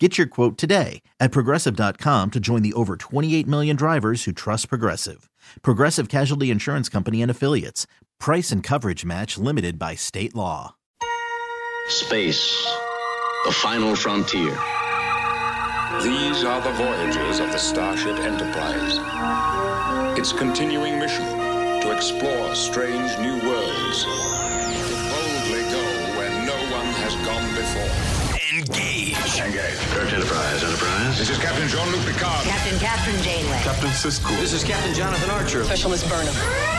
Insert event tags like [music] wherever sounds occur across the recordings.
Get your quote today at progressive.com to join the over 28 million drivers who trust Progressive. Progressive Casualty Insurance Company and Affiliates. Price and coverage match limited by state law. Space, the final frontier. These are the voyages of the Starship Enterprise. Its continuing mission to explore strange new worlds, to boldly go where no one has gone before. Engage. Engage. Search Enterprise, Enterprise. This is Captain Jean Luc Picard. Captain Catherine Janeway. Captain Cisco. This is Captain Jonathan Archer. Specialist Burnham.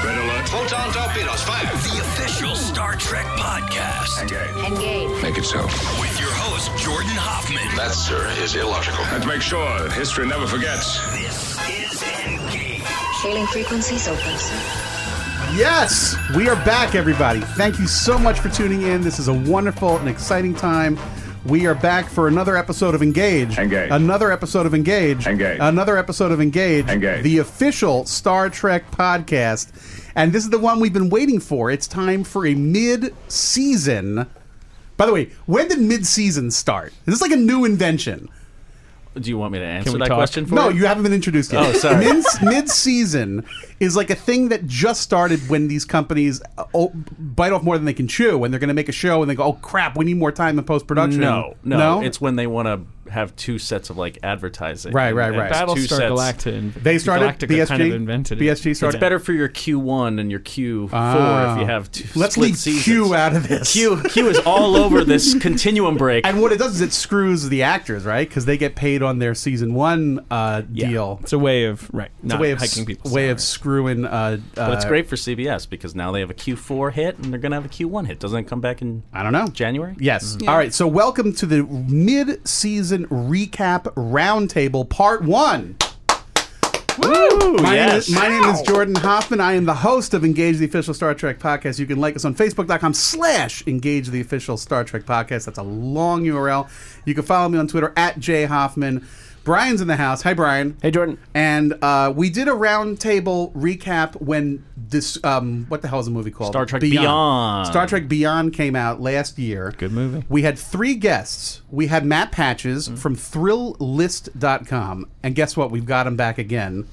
Red alert. Photon torpedoes, fire. The official Star Trek podcast Engage. Engage. Make it so. with your host, Jordan Hoffman. That, sir, is illogical. Let's make sure that history never forgets. This is Engage. Hailing frequencies open, sir. Yes, we are back, everybody. Thank you so much for tuning in. This is a wonderful and exciting time. We are back for another episode of Engage. Engage. Another episode of Engage. Engage. Another episode of Engage. Engage. The official Star Trek podcast. And this is the one we've been waiting for. It's time for a mid season. By the way, when did mid season start? Is this like a new invention? Do you want me to answer we that talk? question for no, you? you haven't been introduced yet. Oh, sorry. [laughs] Mid, mid-season is like a thing that just started when these companies uh, oh, bite off more than they can chew, and they're going to make a show, and they go, "Oh crap, we need more time in post-production." No, no, It's when they want to have two sets of like advertising. Right, And- right, and right. two Battlestar sets. Galacta. And they started. Galactica BSG kind of invented it. BSG It's started. better for your Q1 and your Q4 if you have two. Ah. Let's split leave seasons. Q out of this. Q Q is all over this continuum break. [laughs] And what it does is it screws the actors, right? Because they get paid on their season one uh, Yeah. deal. It's a way of right. It's Not a way of hiking s- people. way of screwing. Uh, uh, but it's great for CBS because now they have a Q4 hit and they're gonna have a Q1 hit. Doesn't it come back in? I don't know. January? Yes. All right. So, welcome to the mid season recap roundtable, part one. Woo! My, yes. name is, my name is Jordan Hoffman. I am the host of Engage the Official Star Trek Podcast. You can like us on Facebook.com slash Engage the Official Star Trek Podcast. That's a long URL. You can follow me on Twitter at J Hoffman. Brian's in the house. Hi, Brian. Hey, Jordan. And uh, we did a roundtable recap when this, um, what the hell is the movie called? Star Trek Beyond. Star Trek Beyond came out last year. Good movie. We had three guests. We had Matt Patches Mm-hmm. from ThrillList.com. And guess what? We've got him back again.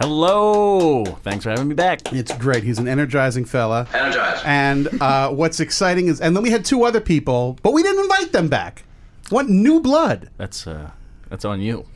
Hello. Thanks for having me back. It's great. He's an energizing fella. Energize. And uh, what's exciting is, and then we had two other people, but we didn't invite them back. Want new blood? That's uh, that's on [laughs] you.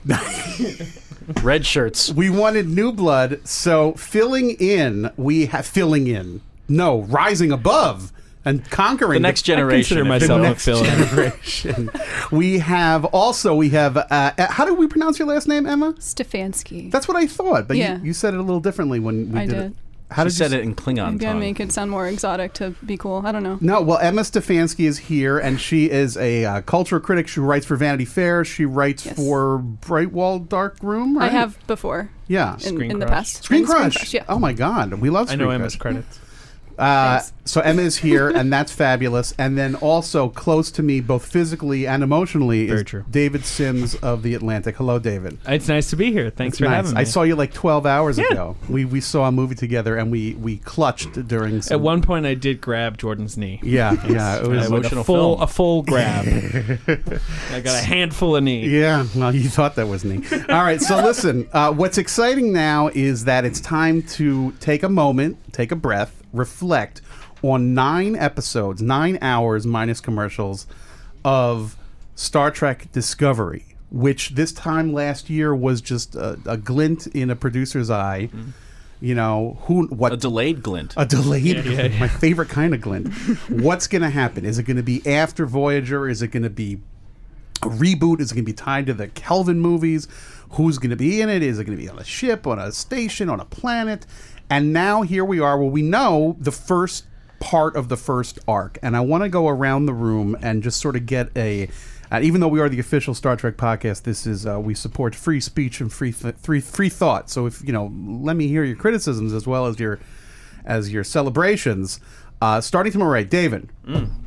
Red shirts. We wanted new blood, so filling in, we have filling in. No, rising above and conquering The next generation. Consider if you myself will. a filler. generation. we have also we have. Uh, how do we pronounce your last name, Emma? Stefanski. That's what I thought, but Yeah. you, you said it a little differently when we I did, did. it. How She did said you it in Klingon Maybe I tongue. make it sound more exotic to be cool. I don't know. No, well, Emma Stefanski is here, and she is a uh, culture critic. She writes for Vanity Fair. She writes Yes. for Bright Wall Dark Room. I Right? have before. yeah. In, Screen in the Crush. past. Screen And Crush. Yeah. Oh my God, we love. I Screen know Crush. Emma's credits. Uh, Thanks. so Emma is here, and that's fabulous. And then also close to me, both physically and emotionally, Very is true. David Sims of the Atlantic. Hello, David. It's nice to be here. Thanks It's for nice. having me. I saw you like 12 hours ago. We we saw a movie together, and we we clutched during. Some, At one point, I did grab Jordan's knee. [laughs] Yeah, yeah, it was. Like Emotional a full, film. a full grab. I got a handful of knee. Yeah, well, you thought that was neat. All right, so listen, uh, what's exciting now is that it's time to take a moment, take a breath, reflect on nine episodes, nine hours minus commercials of Star Trek Discovery, which this time last year was just a, a glint in a producer's eye. Mm-hmm. You know, who, what, a delayed glint. a delayed, yeah, yeah. [laughs] my favorite kind of glint. What's going to happen? Is it going to be after Voyager? Is it going to be a reboot? Is it going to be tied to the Kelvin movies? Who's going to be in it? Is it going to be on a ship, on a station, on a planet? And now here we are where we know the first part of the first arc. And I want to go around the room and just sort of get a. Uh, even though we are the official Star Trek podcast, this is uh, we support free speech and free th- free free thought. So if you know, let me hear your criticisms as well as your as your celebrations. Uh, starting tomorrow, right, David?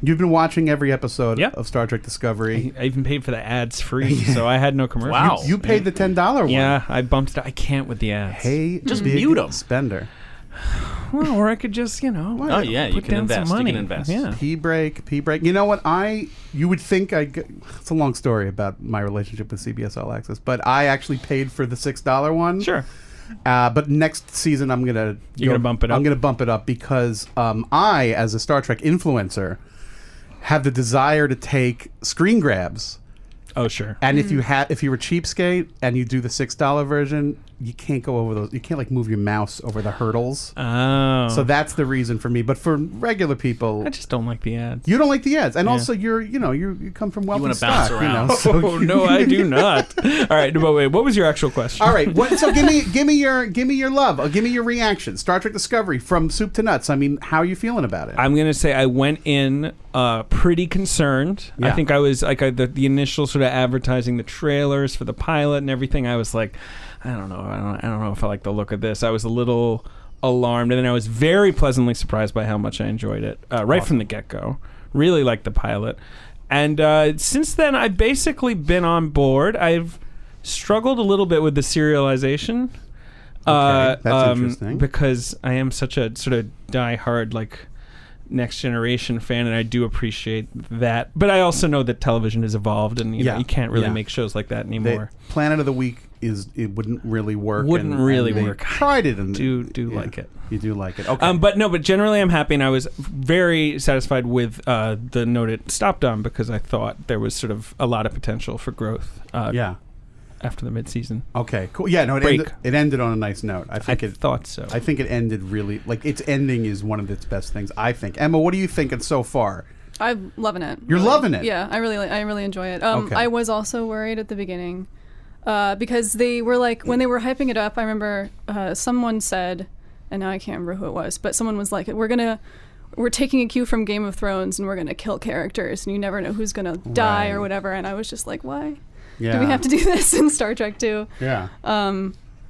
You've been watching every episode Yep. of Star Trek Discovery. I even paid for the ads free, so I had no commercial. Wow. You paid the ten dollar one. Yeah, I bumped it. I can't with the ads. Hey, Just big mute 'em. Spender. Well, or I could just, you know, Oh, yeah, you put can down some invest, you can money. invest. Yeah. P break, P break. You know what? I you would think I. g- It's a long story about my relationship with CBS All Access, but I actually paid for the six dollar one. Sure. Uh, but next season, I'm gonna You're gonna bump it up? I'm gonna bump it up because um, I, as a Star Trek influencer, have the desire to take screen grabs. Oh, sure. And Mm. if you had, if you were cheapskate and you do the six dollar version, you can't go over those. You can't like move your mouse over the hurdles. Oh. so that's the reason for me. But for regular people, I just don't like the ads. you don't like the ads, and also you're, you know, you you come from wealthy wanna bounce stock, around. you know. so [laughs] oh, no, I [laughs] do not. All right, but wait, what was your actual question? All right, what, so [laughs] give me give me your give me your love, uh, give me your reaction. Star Trek Discovery from soup to nuts. I mean, how are you feeling about it? I'm gonna say I went in uh, pretty concerned. I Yeah. think I was like I, the, the initial sort of advertising, the trailers for the pilot and everything. I was like, I don't know, I don't, I don't know if I like the look of this. I was a little alarmed, and then I was very pleasantly surprised by how much I enjoyed it uh, right from the get go. Really liked the pilot, and uh, since then I've basically been on board. I've struggled a little bit with the serialization. Uh, that's interesting. Because I am such a sort of diehard like next generation fan, and I do appreciate that. But I also know that television has evolved, and you, know, Yeah, you can't really yeah. make shows like that They- anymore. Planet of the Week is it wouldn't really work. Wouldn't really they work. Tried it and [laughs] do- do like it. You do like it. Okay. Um, but no, but generally I'm happy, and I was very satisfied with uh, the note it stopped on because I thought there was sort of a lot of potential for growth uh, yeah. after the midseason. Okay. Cool. Yeah. No. It, Break. ended, it ended on a nice note. I I think it. thought so. I think it ended really like its ending is one of its best things. I think. Emma, what are you thinking so far? I'm loving it. You're really. loving it? Yeah, I really, I really enjoy it. Um, Okay. I was also worried at the beginning uh, because they were like when they were hyping it up. I remember uh, someone said, and now I can't remember who it was, but someone was like, "We're gonna." We're taking a cue from Game of Thrones, and we're gonna kill characters, and you never know who's gonna die Right. or whatever. And I was just like, "Why Yeah. do [laughs] we have to do this in Star Trek too?" Yeah. Uh,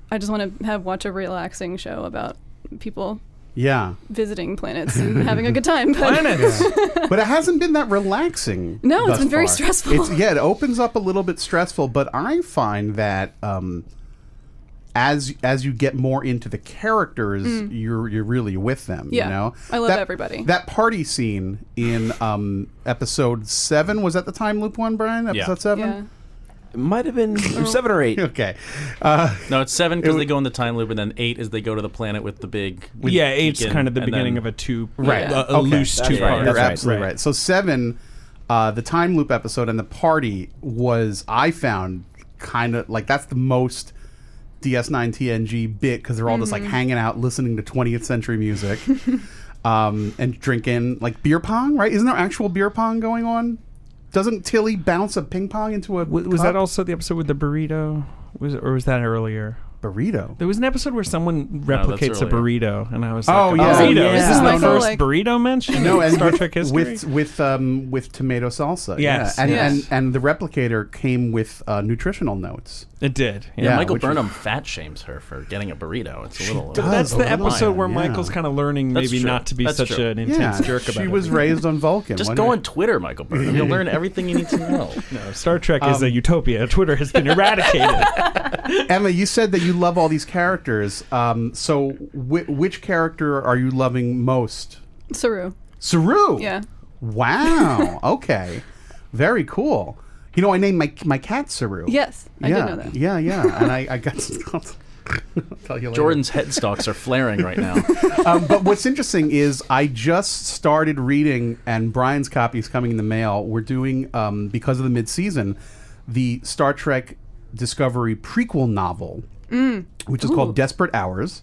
I just want to have watch a relaxing show about people yeah. visiting planets and having a good time. but- Planets. but it hasn't been that relaxing. [laughs] No, it's thus been very far. stressful. It's, yeah, it opens up a little bit stressful, but I find that um, as as you get more into the characters, you're you're really with them. Mm. Yeah. you know, I love That- everybody. That party scene in um, episode seven was that the time loop one, Brian? Episode [laughs] Yeah. seven. Might have been seven or eight. Okay. No, it's seven because It they go in the time loop, and then eight is they go to the planet with the big. yeah, eight's beacon, kind of the and then- beginning of a two, Right. A, a Okay. loose That's two right. part. You're That's right. absolutely right. So seven, uh, the time loop episode and the party was I found kind of like that's the most DS9 TNG bit because they're all just like hanging out, listening to 20th century music, um, and drinking like beer pong. Right? Isn't there actual beer pong going on? Doesn't Tilly bounce a ping pong into a Was, was that cup? also the episode with the burrito? Was or was that earlier? burrito? There was an episode where someone replicates a earlier. burrito, and I was Oh, like, yeah. burrito. Oh, Is yeah. this Isn't the Michael, first like- burrito mention? No, in and Star with, Trek history. with with um, with tomato salsa. Yes, yeah. And, yes. and and the replicator came with uh, nutritional notes. it did. Yeah, Michael which is- Burnham fat shames her for getting a burrito. It's a little. That's a the little episode lion, where yeah. Michael's kind of learning That's maybe true. not to be That's such true. an intense jerk about she [laughs] was it. raised on Vulcan. Just Why go not? on Twitter, Michael Burnham. You'll learn everything you need to know. No, Star Trek is Um, a utopia. [laughs] Twitter has been [laughs] eradicated. Emma, you said that you love all these characters. Um, so, whi which character are you loving most? Saru. Saru. Yeah. [laughs] Wow. okay. Very cool. You know, I named my my cat Saru. Yes, I yeah. did know that. Yeah, yeah. And I, I got. [laughs] I'll tell you later. Jordan's headstocks are flaring right now. um, but what's interesting is I just started reading, and Brian's copy is coming in the mail. We're doing um, because of the midseason, the Star Trek Discovery prequel novel, Mm. which is called Desperate Hours.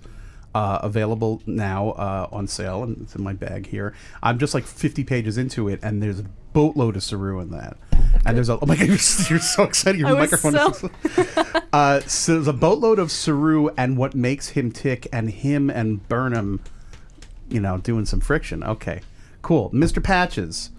Uh, available now uh, on sale, and it's in my bag here. I'm just like 50 pages into it, and there's a boatload of Saru in that. And there's a oh my god, [laughs] you're, you're so excited. Your I was microphone is [laughs] so- uh, so there's a boatload of Saru and what makes him tick, and him and Burnham, you know, doing some friction. Okay, cool. Mr. Patches.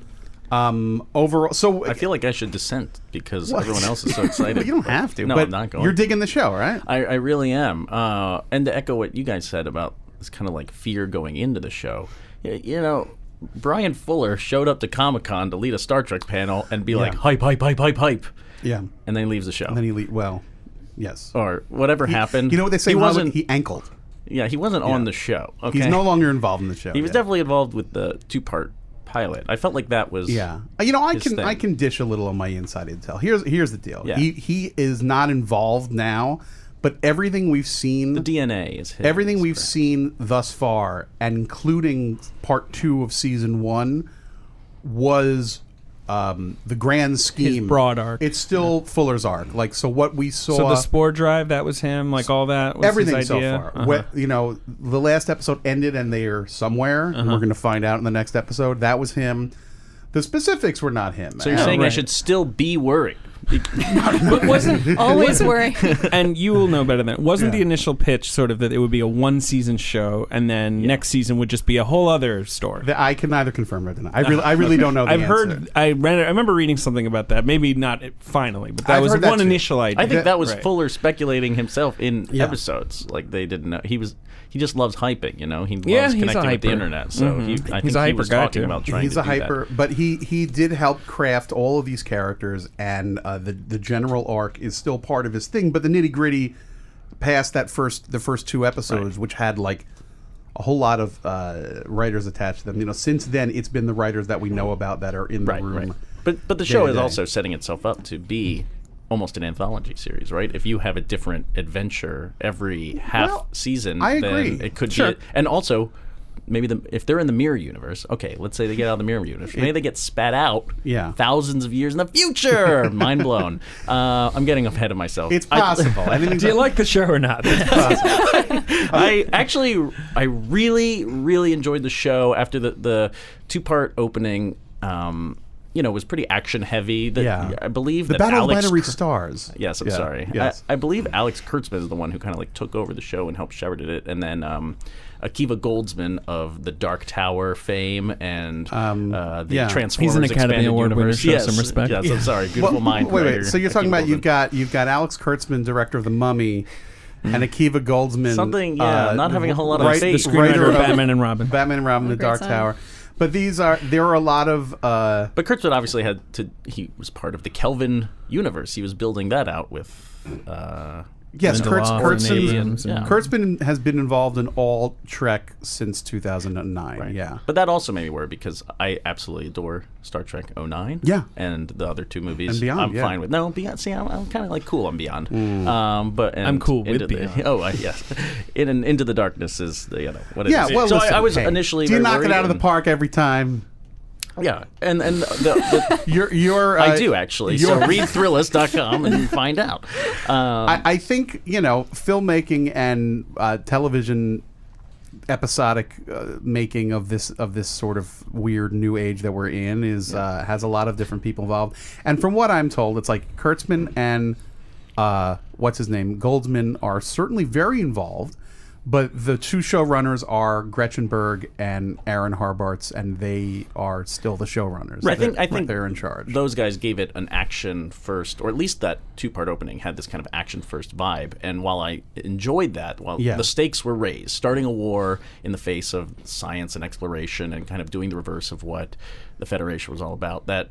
Um, overall, so I feel like I should dissent because What? everyone else is so [laughs] excited. but you don't have to. No, but I'm not going. You're digging the show, right? I, I really am. Uh, and to echo what you guys said about this kind of like fear going into the show. Y- You know, Brian Fuller showed up to Comic Con to lead a Star Trek panel and be like Yeah. hype, hype, hype, hype, hype, Yeah. and then he leaves the show. And then he le- well, yes. or whatever happened. You know what they say? Oh, He in Hollywood? wasn't. He ankled. yeah, he wasn't on the show. Okay, He's no longer involved in the show. He was yeah. definitely involved with the two-part pilot. I felt like that was Yeah, Uh, you know, I his can thing. I can dish a little on my inside intel. Here's here's the deal. Yeah. He he is not involved now, but everything we've seen, the DNA is his. everything we've seen thus far, and including part two of season one, was um, the grand scheme, broad arc. It's still Fuller's arc. Like so, what we saw. So the spore drive, that was him. Like all that. Was Everything his so idea. far. Uh-huh. What- you know, the last episode ended and they are somewhere. and Uh-huh. We're going to find out in the next episode. That was him. The specifics were not him. So you're And- saying I right. should still be worried? Be- but [laughs] wasn't Always worry. Uh-huh. and you will know better than wasn't the initial pitch sort of that it would be a one season show and then next season would just be a whole other story. That I can neither confirm or deny. [laughs] I really, I really don't know. The I've heard answer. I read I remember reading something about that. Maybe not it- finally, but that I've was heard that one too. initial idea. I think that was Right. Fuller speculating himself in Yeah. episodes. Like they didn't know he was. He just loves hyping. You know, he loves Yeah, he's a connecting with hyper. the Mm-hmm. internet. So he, I think He's a he hyper was guy, talking too. about trying. he's to a do that. hyper, but he he did help craft all of these characters, and uh, the the general arc is still part of his thing. But the nitty gritty, past that first the first two episodes, which had like a whole lot of uh, writers attached to them. You know, since then it's been the writers that we know about that are in the Right, room. right. But but the day show to is day. also setting itself up to be almost an anthology series, right? If you have a different adventure every half Well, season, I then agree. it could Sure. be. And also, maybe the if they're in the mirror universe, okay, let's say they get out of the mirror universe, maybe they get spat out, Yeah. thousands of years in the [laughs] future. Mind blown. Uh, I'm getting ahead of myself. It's I- [laughs] possible. I, mean, Do you like the show or [laughs] not? I actually, I really, really enjoyed the show after the, the two part opening. Um, you know, was pretty action heavy. The, Yeah. I believe the that Battle Alex of Binary Cur- Stars. Yes, I'm Yeah, sorry. Yes. I, I believe Alex Kurtzman is the one who kind of like took over the show and helped shepherd it, and then um, Akiva Goldsman of the Dark Tower fame and uh, the Um, yeah. Transformers He's an Academy expanded Award winner, universe. show yes, some respect. Yes, I'm sorry. Beautiful Well, mind. [laughs] Wait, writer, wait. So you're Akiva talking about you've Goldsman. got you've got Alex Kurtzman, director of The Mummy, and Akiva Goldsman. Something, yeah, not having a whole lot of right- faith. the writer screenwriter of of Batman and Robin. Batman and Robin, The Great Dark song. Tower. But these are there are a lot of uh, But Kurtzman obviously had to. He was part of the Kelvin universe. He was building that out with. Uh, yes, Lindelof Kurtz, and Abrams Kurtzman. and- Kurtzman has been involved in all Trek since 2009. Yeah, But that also made me worried because I absolutely adore Star Trek 09. Yeah. And the other two movies. And Beyond, I'm yeah. fine with. No, Beyond. See, I'm, I'm kind of like cool on Beyond. Um, but and I'm cool with Into the- Beyond. [laughs] oh, I, yes. In and Into the Darkness is the, you know, what it yeah. is. Well, so I- listen, I, was hey, initially. do you very knock it worried out of the and- park every time? Yeah. And, and the. the You're you're. [laughs] Uh, I do actually. So you're- read Thrillist.com and find [laughs] out. Um, I, I think you know filmmaking and uh, television episodic uh, making of this of this sort of weird new age that we're in is uh, has a lot of different people involved. And from what I'm told, it's like Kurtzman and uh, what's his name Goldsman are certainly very involved. But the two showrunners are Gretchen Berg and Aaron Harbarts, and they are still the showrunners. I think They're- I think they're in charge. Those guys gave it an action first, or at least that two part opening had this kind of action first vibe. And while I enjoyed that, while Yeah. the stakes were raised, starting a war in the face of science and exploration, and kind of doing the reverse of what the Federation was all about, that.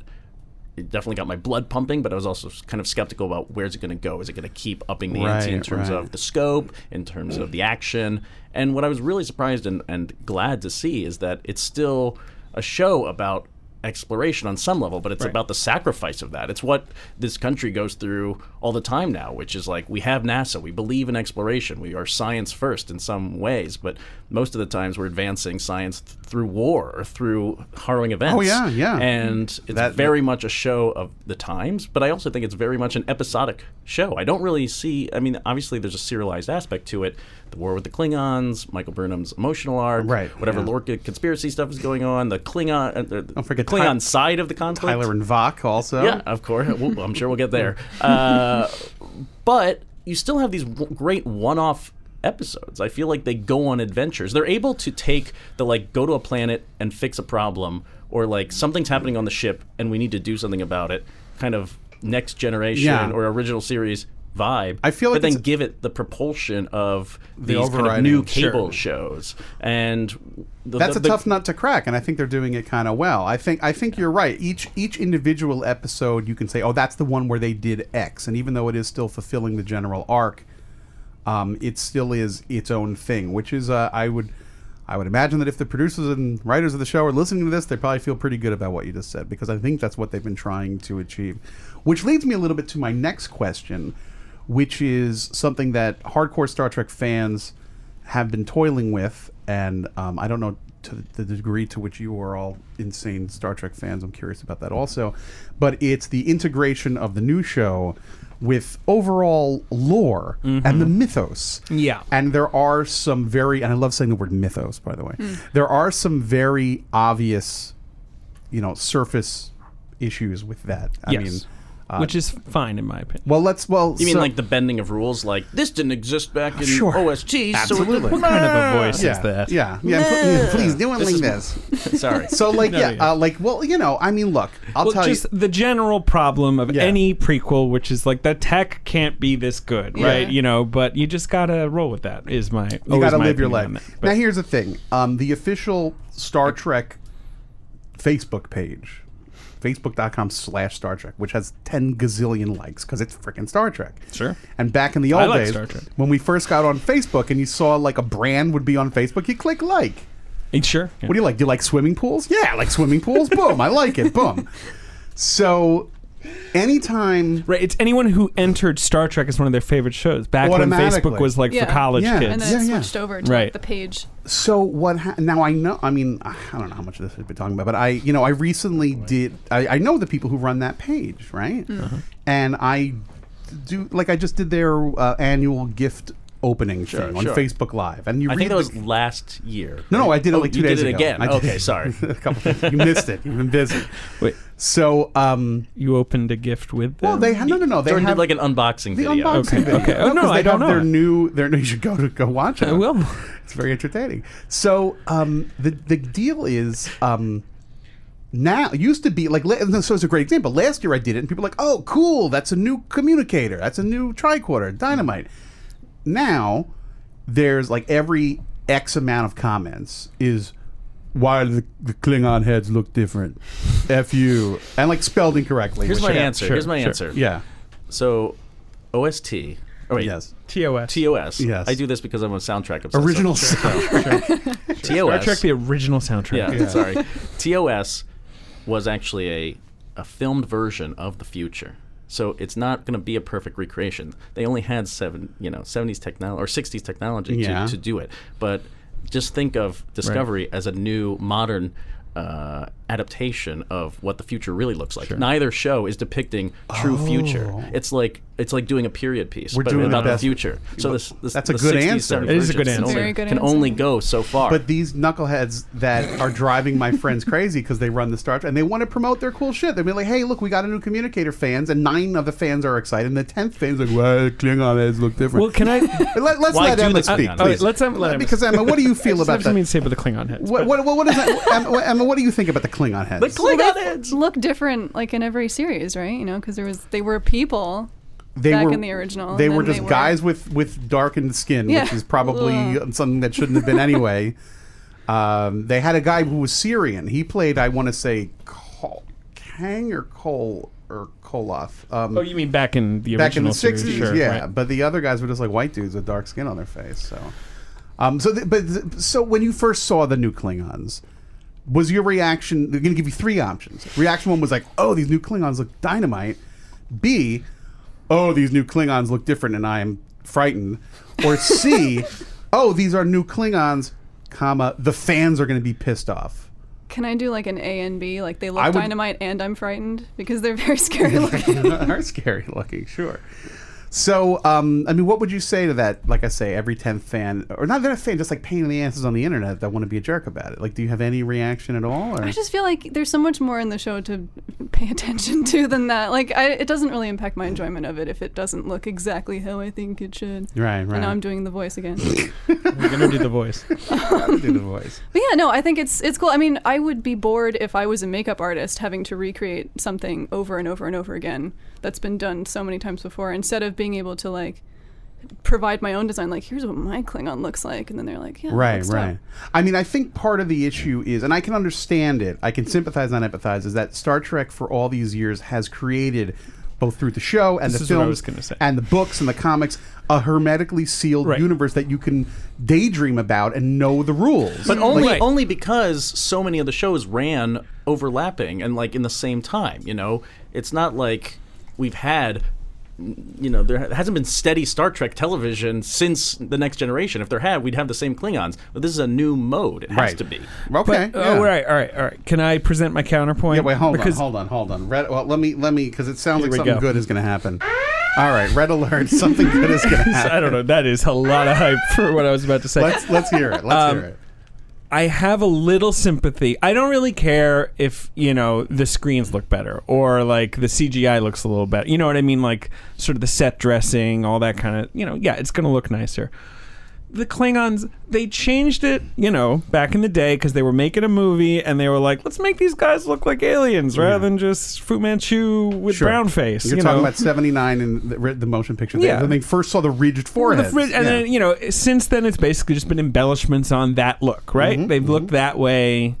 It definitely got my blood pumping, but I was also kind of skeptical about where's it going to go. Is it going to keep upping the ante in Right, terms right. of the scope, in terms of the action. And what I was really surprised and, and glad to see is that it's still a show about exploration on some level, but it's about the sacrifice of that. It's what this country goes through all the time now, which is like we have NASA, we believe in exploration, we are science first in some ways, but most of the times we're advancing science th- through war or through harrowing events. Oh, yeah, yeah. And it's That- very much a show of the times, but I also think it's very much an episodic show. I don't really see. I mean, obviously, there's a serialized aspect to it. The war with the Klingons, Michael Burnham's emotional arc, Right, Whatever yeah. Lorca conspiracy stuff is going on, the Klingon, uh, the, Don't forget the Klingon Ty- side of the conflict. Tyler and Vach also. Yeah, of course. We'll- I'm sure we'll get there. Uh, but you still have these w- great one-off episodes. I feel like they go on adventures. They're able to take the like go to a planet and fix a problem, or like something's happening on the ship and we need to do something about it. Kind of next generation Yeah. or original series vibe. I feel like but then it's- give it the propulsion of these kind of overriding- new Sure. cable shows. And the, That's the- a the- tough nut to crack, and I think they're doing it kind of well. I think I think you're right. Each each individual episode, you can say, "Oh, that's the one where they did X," and even though it is still fulfilling the general arc, um, it still is its own thing. Which is, uh, I would, I would imagine that if the producers and writers of the show are listening to this, they probably feel pretty good about what you just said because I think that's what they've been trying to achieve. Which leads me a little bit to my next question, which is something that hardcore Star Trek fans have been toiling with, and um, I don't know to the degree to which you are all insane Star Trek fans. I'm curious about that also, but it's the integration of the new show with overall lore and the mythos. Yeah. and there are some very and I love saying the word mythos. By the way, there are some very obvious, you know, surface issues with that. I yes. mean. uh, which is fine in my opinion. Well, let's. Well, You mean so- like the bending of rules? Like this didn't exist back in Sure. OST. Absolutely. So What it, kind of a voice yeah, is that? Yeah, yeah. pl- Please do it like this. [laughs] sorry. So like No, yeah, yeah. Uh, like well you know I mean look I'll Well, tell just you the general problem of Yeah. any prequel, which is like the tech can't be this good, right? Yeah. You know, but you just gotta roll with that. Is my you got to live your That, life. But- Now here's the thing: um, the official Star Trek Facebook page, facebook.com slash Star Trek, which has ten gazillion likes because it's freaking Star Trek. Sure. And back in the old like days, Star Trek. when we first got on Facebook, and you saw like a brand would be on Facebook, you click like. sure. What do you like? Do you like swimming pools? Yeah, I like swimming pools. Boom, I like it. Boom. So, anytime Right, it's anyone who entered Star Trek as one of their favorite shows back when Automatically. Facebook was like Yeah. for college Yeah. kids. and then it Yeah, yeah. switched over to Right. like, the page. So what? Ha- now I know. I mean, I don't know how much of this we've been talking about, but I, you know, I recently did. I, I know the people who run that page, right? Uh-huh. And I do like I just did their uh, annual gift opening thing on sure. Facebook Live, and you. I think read that the- was last year. no, no, I did it Oh, like two you days did it ago. again. I did- Okay, [laughs] sorry. a couple. Of, you missed it. You've [laughs] been busy. Wait, So, um, you opened a gift with them? well, they had no, no, no. They Jordan have did like an unboxing the video. unboxing Okay, video. okay. Oh, no, 'cause I they don't have Their know it. new, their new. [laughs] You should go to go watch it. I will. It's very entertaining. So um, the the deal is um, now it used to be like la- so it's a great example. Last year I did it, and people were like, "Oh, cool! That's a new communicator. That's a new tricorder, dynamite." Now there's like every X amount of comments is why do the, the Klingon heads look different. F you and like spelled incorrectly. Here's which- my yeah, answer. Here's my answer. Yeah. So, OST. Oh wait. Yes. TOS. TOS. Yes. I do this because I'm a soundtrack obsessed. Original. [laughs] TOS. Star Trek, the original soundtrack. Yeah, sorry. TOS was actually a, a filmed version of the future. So it's not going to be a perfect recreation. They only had seven, you know, 70s technology or 60s technology Yeah. to, to do it. But just think of Discovery as a new modern uh, adaptation of what the future really looks like. Neither show is depicting true future. It's like it's like doing a period piece Oh. We're but doing the about the, best- future. So this, this That's a the good 60s, answer. 70s It is a good versions can answer. only- Very good Can only answer. go so far. But these knuckleheads that are driving my friends crazy because they run the Star Trek and they want to promote their cool shit. They'll be like, hey, look, we got a new communicator fans, and nine of the fans are excited, and the tenth fan's like, well, Klingon heads look different. Well, [laughs] can I? But let, us Why let do Emma the speak. Klingons? All please. right, let's Emma- let Emma because Emma, what do you [laughs] feel I about just have something that? to say about the Klingon heads. What, but- what, what, what is that? Emma, Emma, what do you think about the Klingon heads? Well, they look different like in every series, right? You know, because there was they were people. they back were, in the original, They and were then just they were- guys with with darkened skin, which Yeah. is probably Ugh. something that shouldn't have been [laughs] anyway. um, they had a guy who was Syrian. He played, I want to say, Col- Kang or Cole or Koloth. Um, oh, you mean back in the original back in the series, sixties, sure, yeah. right. But the other guys were just like white dudes with dark skin on their face. So, um, so th- but th- so when you first saw the new Klingons, was your reaction? They're going to give you three options. Reaction one was like, "Oh, these new Klingons look dynamite." B, "Oh, these new Klingons look different, and I am frightened." Or [laughs] C, "Oh, these are new Klingons, comma the fans are going to be pissed off." Can I do like an A and B? Like they look I would- dynamite and I'm frightened because they're [laughs] very [laughs] [laughs] scary looking. are scary looking, sure. So, um, I mean, what would you say to that? Like I say, every tenth fan, or not that a fan, just like pain in the asses on the internet that want to be a jerk about it. Like, do you have any reaction at all? Or? I just feel like there's so much more in the show to pay attention to than that. Like I, it doesn't really impact my enjoyment of it if it doesn't look exactly how I think it should. Right, right. And now I'm doing the voice again. We're gonna do the [laughs] voice. do the voice. But yeah, no, I think it's it's cool. I mean, I would be bored if I was a makeup artist having to recreate something over and over and over again that's been done so many times before instead of being able to like provide my own design. Like, here's what my Klingon looks like, and then they're like, yeah, right, looks dope. right. I mean, I think part of the issue is, and I can understand it, I can sympathize and empathize, is that Star Trek for all these years has created, both through the show and This the is what I films was gonna say. and the books and the comics, a hermetically sealed Right. universe that you can daydream about and know the rules. But only Right. only because so many of the shows ran overlapping and like in the same time. You know, it's not like we've had. You know, there ha- hasn't been steady Star Trek television since the Next Generation. If there had, we'd have the same Klingons. But this is a new mode. It has Right. to be. okay, But, all right, all right, all right. Can I present my counterpoint? Yeah, wait, hold because on, hold on, hold on. Red, well, let me, let me, because it sounds Here like we something go. good is going to happen. All right, red alert, something good is going to happen. [laughs] I don't know. That is a lot of hype for what I was about to say. Let's let's hear it. Let's Um, hear it. I have a little sympathy. I don't really care if, you know, the screens look better or like the CGI looks a little better. You know what I mean? Like sort of the set dressing, all that kind of, you know, yeah, it's going to look nicer. The Klingons, they changed it, you know, back in the day because they were making a movie and they were like, let's make these guys look like aliens rather than just Fu Manchu with Sure. brown face. You're you talking know? about '79 and the, the motion picture. Yeah. Yeah, when they first saw the rigid the forehead. fridge, and then you know, since then it's basically just been embellishments on that look, right? Mm-hmm. They've looked that way,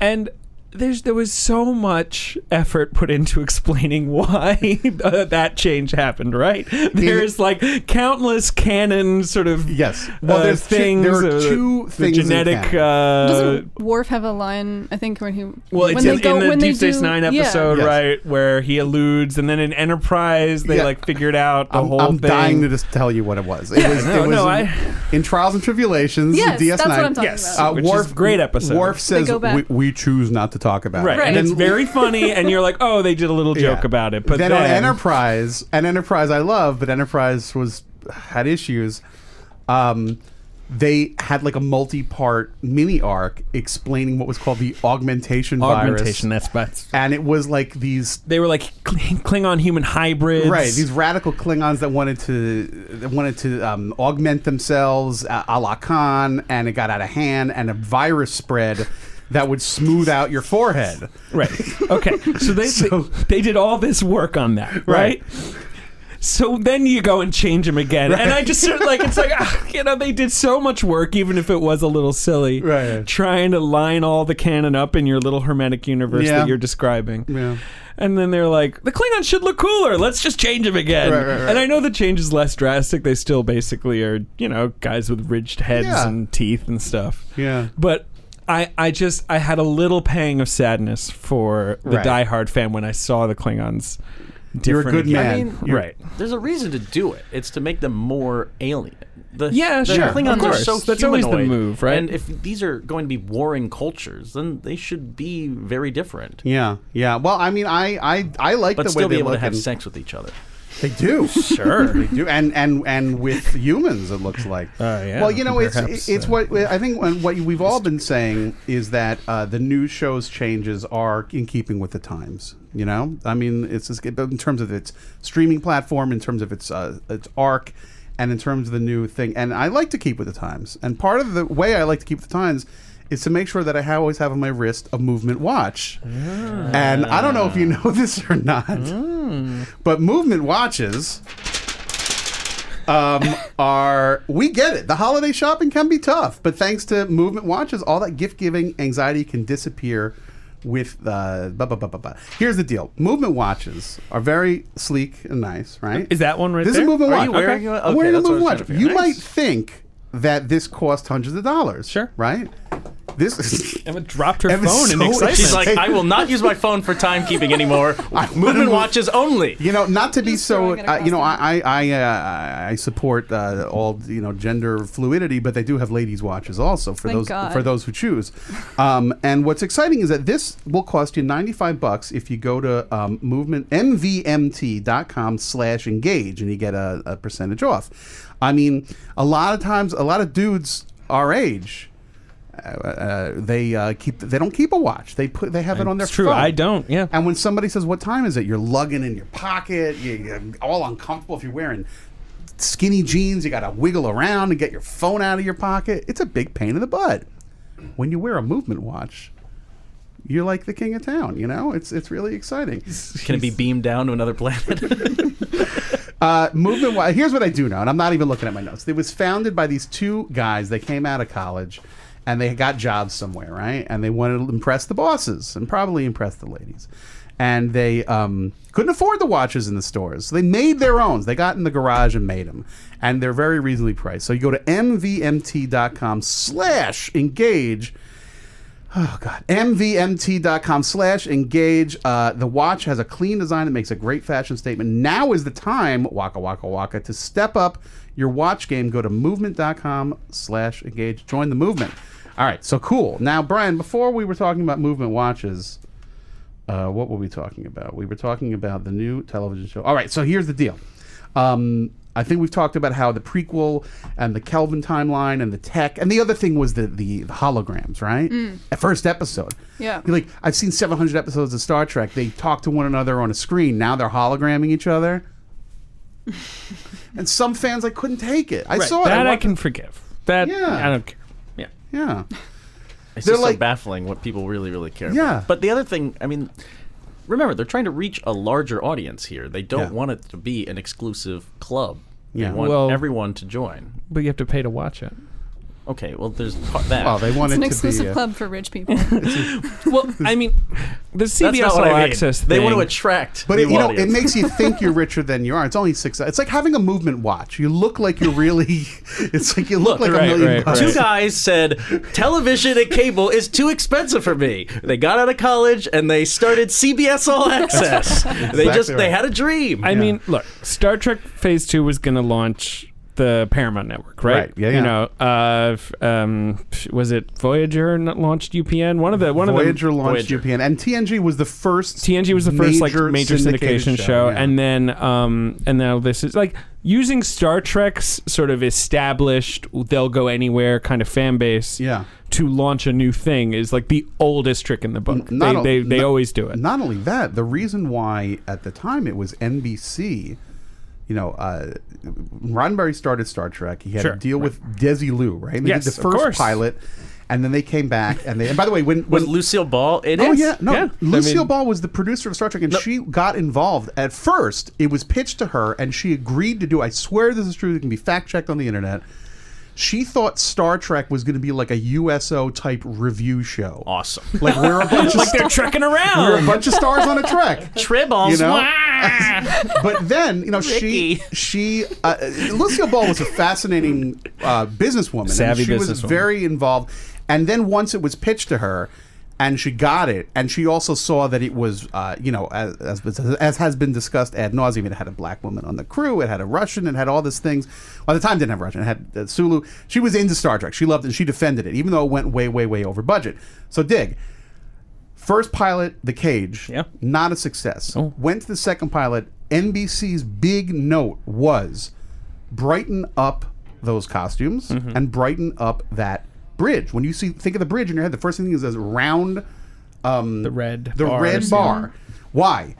and there's there was so much effort put into [laughs] explaining why [laughs] uh, that change happened, right? There's like countless canon sort of Yes. Well, Well, there's there's two- things. there are uh, the- two the things in genetic. canon. Uh, Doesn't Worf have a line? I think when he well, it's when they in, go, in the when they Deep Space do- Nine yeah. episode, Yes. right, where he alludes, and then in Enterprise they Yeah. like figured out the I'm, whole I'm thing. dying to just tell you what it was. It was, no, it was no, in, I- in Trials and Tribulations, Yes, DS9. that's what I'm talking Yes. about. Uh, Which is Worf, a great episode. Worf says go we, back. we choose not to talk about. Right. it. And Right. it's very funny, [laughs] and you're like, oh, they did a little joke Yeah. about it. But then, then, on Enterprise, and Enterprise I love, but Enterprise was had issues. Um, they had like a multi-part mini arc explaining what was called the augmentation, augmentation, virus, that's but and it was like these they were like Kling- Klingon human hybrids. right these radical Klingons that wanted to that wanted to um, augment themselves uh, a la Khan, and it got out of hand, and a virus spread that would smooth out your forehead. right. Okay. So they, [laughs] So- they they did all this work on that, right? Right. So then you go and change them again, and I just sort of like it's like ah, you know they did so much work, even if it was a little silly, Right. Trying to line all the canon up in your little hermetic universe Yeah. that you're describing, Yeah. And then they're like, the Klingons should look cooler. Let's just change them again. Right, right, right. And I know the change is less drastic. They still basically are, you know, guys with ridged heads Yeah. and teeth and stuff. Yeah. But I, I just, I had a little pang of sadness for the Right. diehard fan when I saw the Klingons. Different You're a good again. man. I mean- You're- right. There's a reason to do it. It's to make them more alien. The, Yeah, the sure, of Klingons are course. so That's always the humanoid, move, right? And if these are going to be warring cultures, then they should be very different. Yeah, yeah. Well, I mean, I, I, I like But the still way be they able look to have and- sex with each other. They do. Sure. they do. And and and with humans it looks like. Uh, yeah, Well, you know, perhaps, it's it's uh, what I think when- what we've all been saying is that uh, the news shows changes are in keeping with the times, you know? I mean, it's just, in terms of its streaming platform, in terms of its uh, its arc and in terms of the new thing. And I like to keep with the times. And part of the way I like to keep with the times is to make sure that I ha- always have on my wrist a movement watch. Ah. And I don't know if you [laughs] know this or not. But movement watches um, [laughs] are we get it. The holiday shopping can be tough, but thanks to movement watches, all that gift giving anxiety can disappear. With uh, bu- bu- bu- bu- bu- here's the deal: movement watches are very sleek and nice, right? Is that one right this there? is a movement Are watch. you wearing one? I'm Okay, wearing a that's what movement I was trying watch. to You figure out. might Nice. think that this costs hundreds of dollars, Sure. right? This is Emma dropped her Emma's phone in so excitement. She's like, Hey. I will not use my phone for timekeeping [laughs] anymore. Movement watches only. You know, not to be Just so. throwing it Uh, you know, across I I I, uh, I support uh, all you know gender fluidity, but they do have ladies' watches also for Thank those God. for those who choose. Um, and what's exciting is that this will cost you ninety five bucks if you go to um, movement mvmt.com slash engage and you get a, a percentage off. I mean, a lot of times, a lot of dudes our age. Uh, uh, they uh, keep. They don't keep a watch. They put. They have it on their. It's true. phone. I don't, yeah. And when somebody says, "What time is it?" You're lugging in your pocket. You, you're all uncomfortable if you're wearing skinny jeans. You got to wiggle around and get your phone out of your pocket. It's a big pain in the butt. When you wear a movement watch, you're like the king of town. You know, it's it's really exciting. [laughs] Can it be beamed down to another planet? Uh, movement wise, here's what I do know, and I'm not even looking at my notes. It was founded by these two guys. They came out of college, and they got jobs somewhere, right? And they wanted to impress the bosses and probably impress the ladies. And they um, couldn't afford the watches in the stores, so they made their own. They got in the garage and made them, and they're very reasonably priced. So you go to mvmt.com/slash/engage. Oh god. MVMT.com slash engage. Uh, the watch has a clean design that makes a great fashion statement. Now is the time, waka waka waka, to step up your watch game. Go to movement.com slash engage. Join the movement. All right, so cool. Now, Brian, before we were talking about movement watches, uh, what were we talking about? We were talking about the new television show. All right, so here's the deal. Um, I think we've talked about how the prequel and the Kelvin timeline and the tech, and the other thing was the the, the holograms, right? At first episode, Mm. Yeah. You're like I've seen 700 episodes of Star Trek. They talk to one another on a screen. Now they're hologramming each [laughs] other. and some fans, I couldn't take it. I saw it. that I watched- can forgive. That Yeah. I don't care. Yeah. Yeah. It's They're just like- so baffling what people really, really care Yeah. about. But the other thing, I mean, remember, they're trying to reach a larger audience here. They don't Yeah. want it to be an exclusive club. Yeah. They want Well- everyone to join. But you have to pay to watch it. Okay, well, there's part- that. Well, they It's wanted an to be. exclusive uh, club for [laughs] rich people. Well, I mean, the That's CBS not All what I mean. Access They want to thing- attract. But new it, you know, it audience. makes you think [laughs] you're richer than you are. It's only six. It's like having a movement watch. You look like you're really. [laughs] It's like you look, like right, a million right, bucks. Two guys said television and cable is too expensive for me. They got out of college and they started CBS All [laughs] Access. they just Exactly right. they had a dream. I mean, look, Star Trek Phase Two was going to launch the Paramount Network, right? Right, yeah, yeah. You know, uh, f- um, was it Voyager not launched UPN? One of the one Voyager of the launched UPN, and TNG was the first. TNG was the first like major syndication show, yeah. and then um, and now this is like using Star Trek's sort of established they'll go anywhere kind of fan base, Yeah. to launch a new thing is like the oldest trick in the book. N- not they o- they, they not- always do it. Not only that, the reason why at the time it was NBC, you know, uh, Roddenberry started Star Trek. He had Sure, to deal with Desi Lu, right? And They Yes, did of the first course. pilot, and then they came back, and they. And by the way, when was when- Lucille Ball in Oh it? yeah, no. Yeah. Lucille I mean- Ball was the producer of Star Trek, and she got involved. At first, it was pitched to her, and she agreed to do. I swear this is true. It can be fact checked on the internet. She thought Star Trek was going to be like a USO type review show. Awesome. Like we're a [laughs] bunch of like they're trekking around. we're a bunch of stars on a [laughs] trek. Tribbles. You [laughs] know? but then you know Ricky. she she uh, Lucille Ball was a fascinating uh, businesswoman. Savvy and she was businesswoman. very involved. And then once it was pitched to her. And she got it, and she also saw that it was, uh, you know, as, as as has been discussed ad nauseum. It had a black woman on the crew, it had a Russian, it had all these things. Well, at the time, it didn't have Russian. It had uh, Sulu. She was into Star Trek. She loved it. and She defended it, even though it went way, way, way over budget. So dig. First pilot, The Cage. Yeah. Oh. Not a success. Went to the second pilot. NBC's big note was brighten up those costumes Mm-hmm. and brighten up that bridge. When you see, think of the bridge in your head, the first thing is this round, um, the red, the bars, red yeah. bar. Why?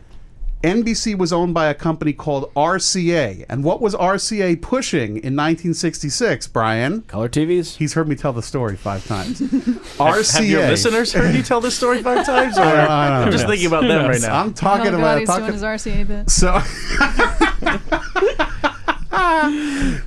NBC was owned by a company called RCA. And what was RCA pushing in 1966, Brian? Color TVs? He's heard me tell the story five [laughs] times. Have- RCA. Have your listeners heard you tell this story five times? Or I'm just thinking about them right now. I'm talking oh god, about he's talking- doing his RCA [laughs] bit. So. [laughs] [laughs] so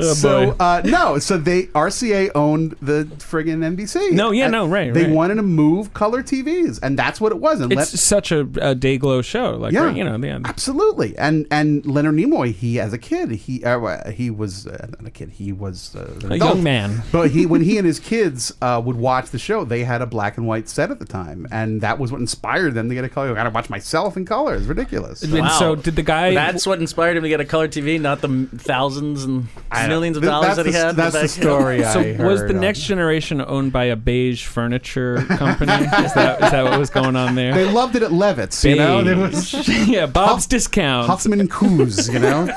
Oh, boy. uh, no, so they RCA owned the friggin' NBC. No, yeah, And no, right, They right. wanted to move color TVs, and that's what it was. And It's let- such a, a day glow show, like yeah, you know, yeah. absolutely. And and Leonard Nimoy, he as a kid, he uh, well, he was uh, not a kid, he was uh, an A adult. young man. [laughs] [laughs] But he, when he and his kids uh, would watch the show, they had a black and white set at the time, and that was what inspired them to get a color. I got to watch myself in color. It's ridiculous. So- And so did the guy- That's what inspired him to get a color TV, not the m- thousands and millions of Th- dollars that's that he the, had. That's the back- [laughs] story. So I was the heard on- next generation owned by a beige furniture company? is that is that what was going on there? [laughs] They loved it at Levitt's, you know. There was Beige. [laughs] yeah, Bob's discount. Huffman Coos, you know.